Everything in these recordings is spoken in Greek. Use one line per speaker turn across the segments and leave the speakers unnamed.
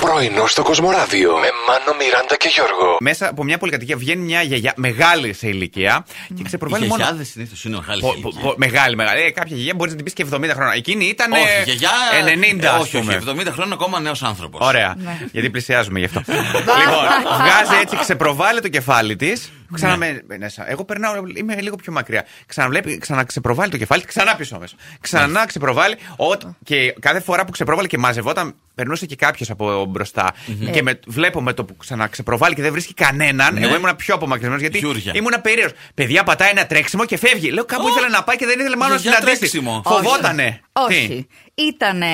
Πρωινό στο Κοσμοράδιο με Μάνο, Μιράντα και Γιώργο.
Μέσα από μια πολυκατοικία βγαίνει μια γιαγιά μεγάλη σε ηλικία και ξεπροβάλλει
Οι
μόνο.
γιαγιάδες συνήθως είναι μεγάλες
Πο-
ηλικίες.
πο- πο- μεγάλη, μεγάλη. Ε, κάποια γιαγιά μπορείς να την πεις και 70 χρόνια. Εκείνη ήταν.
Όχι, γιαγιά.
90.
ε,
ας
όχι, όχι,
πούμε.
70 χρόνων ακόμα νέος άνθρωπος.
Ωραία. Γιατί πλησιάζουμε γι' αυτό. λοιπόν, βγάζει έτσι, ξεπροβάλλει το κεφάλι της. μέσα. ναι, Εγώ περνάω, είμαι λίγο πιο μακριά. Ξαναβλέπει, ξαναξεπροβάλλει το κεφάλι, ξανά πίσω μέσα. Ξανά ξεπροβάλλει. Ό, και κάθε φορά που ξεπρόβαλε και μαζευόταν, περνούσε και κάποιος από μπροστά. Και με, βλέπω με το που ξαναξεπροβάλλει και δεν βρίσκει κανέναν.
Ναι.
Εγώ ήμουν πιο απομακρυσμένος γιατί
Γιούρια.
ήμουν περίεργος. Παιδιά πατάει ένα τρέξιμο και φεύγει. Λέω κάπου
Ω!
ήθελε να πάει και δεν ήθελε μάλλον να
Για
συναντήσει.
τρέξιμο.
Όχι.
Φοβότανε. Τι?
Όχι. Ήτανε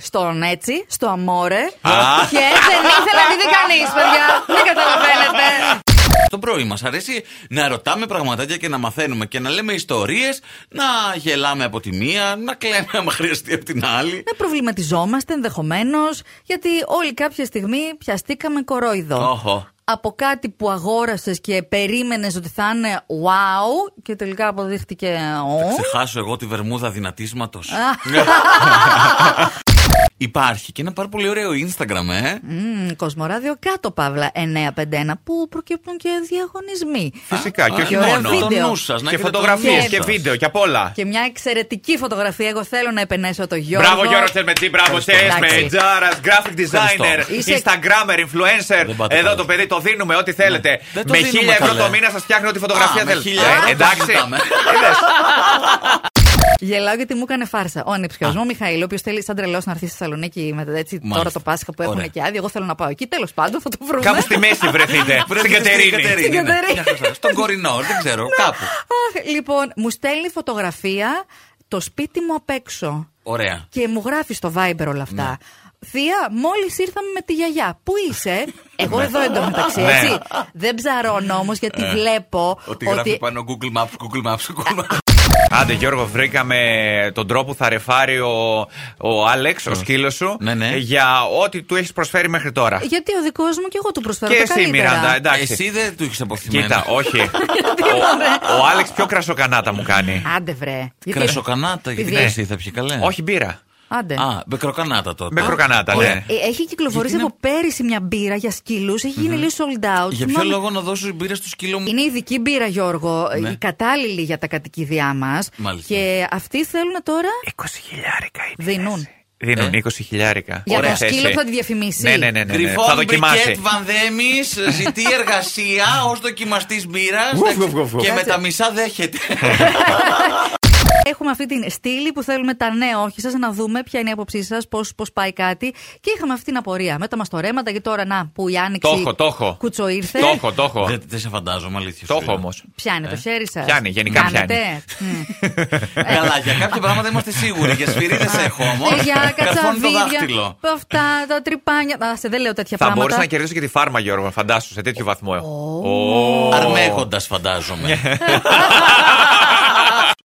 στον έτσι, στο αμόρε.
Α.
Και δεν ήθελε να τη δει κανείς, παιδιά. Δεν καταλαβαίνετε.
Το πρωί μας αρέσει να ρωτάμε πραγματάκια και να μαθαίνουμε και να λέμε ιστορίες, να γελάμε από τη μία, να κλαίμε άμα χρειαστεί από την άλλη.
Να Ναι, προβληματιζόμαστε ενδεχομένως, γιατί όλοι κάποια στιγμή πιαστήκαμε κορόιδο.
Όχο.
Από κάτι που αγόρασες και περίμενες ότι θα είναι wow και τελικά αποδείχτηκε «Ω».
Ξεχάσω εγώ τη βερμούδα δυνατίσματος. Υπάρχει και ένα πάρα πολύ ωραίο Instagram, ε.
Μμμ, Κοσμοράδιο κάτω παύλα 951 που προκύπτουν και διαγωνισμοί.
Φυσικά και
Α,
όχι
και ωραία
μόνο.
βίντεο.
Το νους σας, να
και
έχετε το
φωτογραφίες
νους
και
σας.
βίντεο και απ' όλα.
Και μια εξαιρετική φωτογραφία. Εγώ θέλω να επενέσω το Γιώργο.
Μπράβο Γιώργο Τσερμετζή, μπράβο
Ευχαριστώ.
Τσέσμε,
Εντάξει.
Τζάρα, graphic designer,
Ευχαριστώ.
Είσαι-
Instagrammer,
Δεν
influencer.
πάτε καλά. Ναι.
Εδώ το παιδί το δίνουμε ό,τι θέλετε.
Δεν το
Με
δίνουμε,
1000 ευρώ
καλέ.
το μήνα σας φτιάχνω ό,τι φωτογραφία
Α, με
θέλετε.
1000 ευρώ
Ε,
το
Εντάξει.
συζητάμε.
Είδες.
Γελάω γιατί μου έκανε φάρσα. Ο ανεψιό μου, ο Μιχαήλ, ο οποίος θέλει σαν τρελό να έρθει στη Θεσσαλονίκη μετά έτσι τώρα
Μάλιστα.
το Πάσχα που
Ωραία.
έχουν και άδεια. Εγώ θέλω να πάω εκεί. Τέλος πάντων θα το βρούμε.
Κάπου στη μέση βρεθείτε. Στην
Βρέθηκε
Κατερίνη.
Στην
ναι.
Κατερίνη.
Μια χαρά. Στον Κορινό, δεν ξέρω, κάπου.
Αχ, λοιπόν, μου στέλνει φωτογραφία το σπίτι μου απ' έξω.
Ωραία.
Και μου γράφει στο Viber όλα αυτά.
Ναι.
Θεία, μόλις ήρθαμε με τη γιαγιά. Πού είσαι, Εγώ εδώ εντωμεταξύ,
Ναι. Ε,
έτσι. Δεν ψαρώνω όμως γιατί βλέπω
Ότι γράφει πάνω Google Maps, Google Maps, Google Maps.
Άντε Γιώργο, βρήκαμε τον τρόπο που θα ρεφάρει ο, ο Άλεξ, ο σκύλος σου,
Ναι, ναι.
για ό,τι του έχεις προσφέρει μέχρι τώρα.
Γιατί ο δικός μου και εγώ του προσφέρω
Και
το
εσύ,
καλύτερα.
Μιράντα, εντάξει.
Εσύ δεν του έχεις αποθυμένο.
Κοίτα, όχι. Ο- Ο Άλεξ πιο κρασοκανάτα μου κάνει.
Άντε βρε. Γιατί-
Κρασοκανάτα, γιατί
Επειδή-
δεν εσύ θα πιει καλέ.
Όχι μπύρα.
Άντε.
Α, μπεκροκανάτα τότε.
Μπεκροκανάτα,
Ωραία.
ναι.
Ε, Έχει κυκλοφορήσει
Γιατί
από πέρυσι μια μπύρα για σκύλους. Έχει γίνει λίγο sold out.
Για ποιο
Θυμάμαι-
λόγο να δώσω μπύρα στο σκύλο μου.
Είναι ειδική μπύρα, Γιώργο, ε,
Ναι.
η κατάλληλη για τα κατοικίδια μας.
Μάλιστα.
Και αυτοί θέλουν τώρα.
20 χιλιάρικα είναι.
Δίνουν.
Δίνουν
Ε.
20 χιλιάρικα.
Για
Ωραία.
το σκύλο που θα τη διαφημίσει.
Ναι, ναι, ναι. ναι, ναι.
Κρυφό
Θα
Μπρικέτ
δοκιμάσει.
Βανδέμη ζητεί εργασία ως δοκιμαστής μπύρας.
Γουφ, γουφ, γουφ, γουφ.
Και με
Κάτσε.
τα μισά δέχεται.
Έχουμε αυτή την στήλη που θέλουμε τα ναι, όχι σας, να δούμε ποια είναι η άποψή σας, πώς πώς πάει κάτι. Και είχαμε αυτή την απορία με τα μαστορέματα, γιατί τώρα να που η άνοιξη.
Το έχω, το έχω.
Κουτσο ήρθε.
Το έχω, το έχω.
Δεν δεν σε φαντάζομαι, αλήθεια.
Το
σου
έχω
λέω.
όμως.
Πιάνει
Ε,
το χέρι σας.
Πιάνει, γενικά
Κάνετε. Μμ.
Καλά, Ε, για κάποια πράγματα είμαστε σίγουροι. Για σφυρίδες έχω όμως.
Ε, Για
Καρφώνει το
κατσαβίδια.
δάχτυλο.
που Αυτά τα τρυπάνια. Α, σε δεν λέω τέτοια
Θα μπορούσα να
πράγματα.
κερδίσω και τη φάρμα, Γιώργο, φαντάσου, σε τέτοιο βαθμό. Ω.
Αρμέγοντας, φαντάζομαι.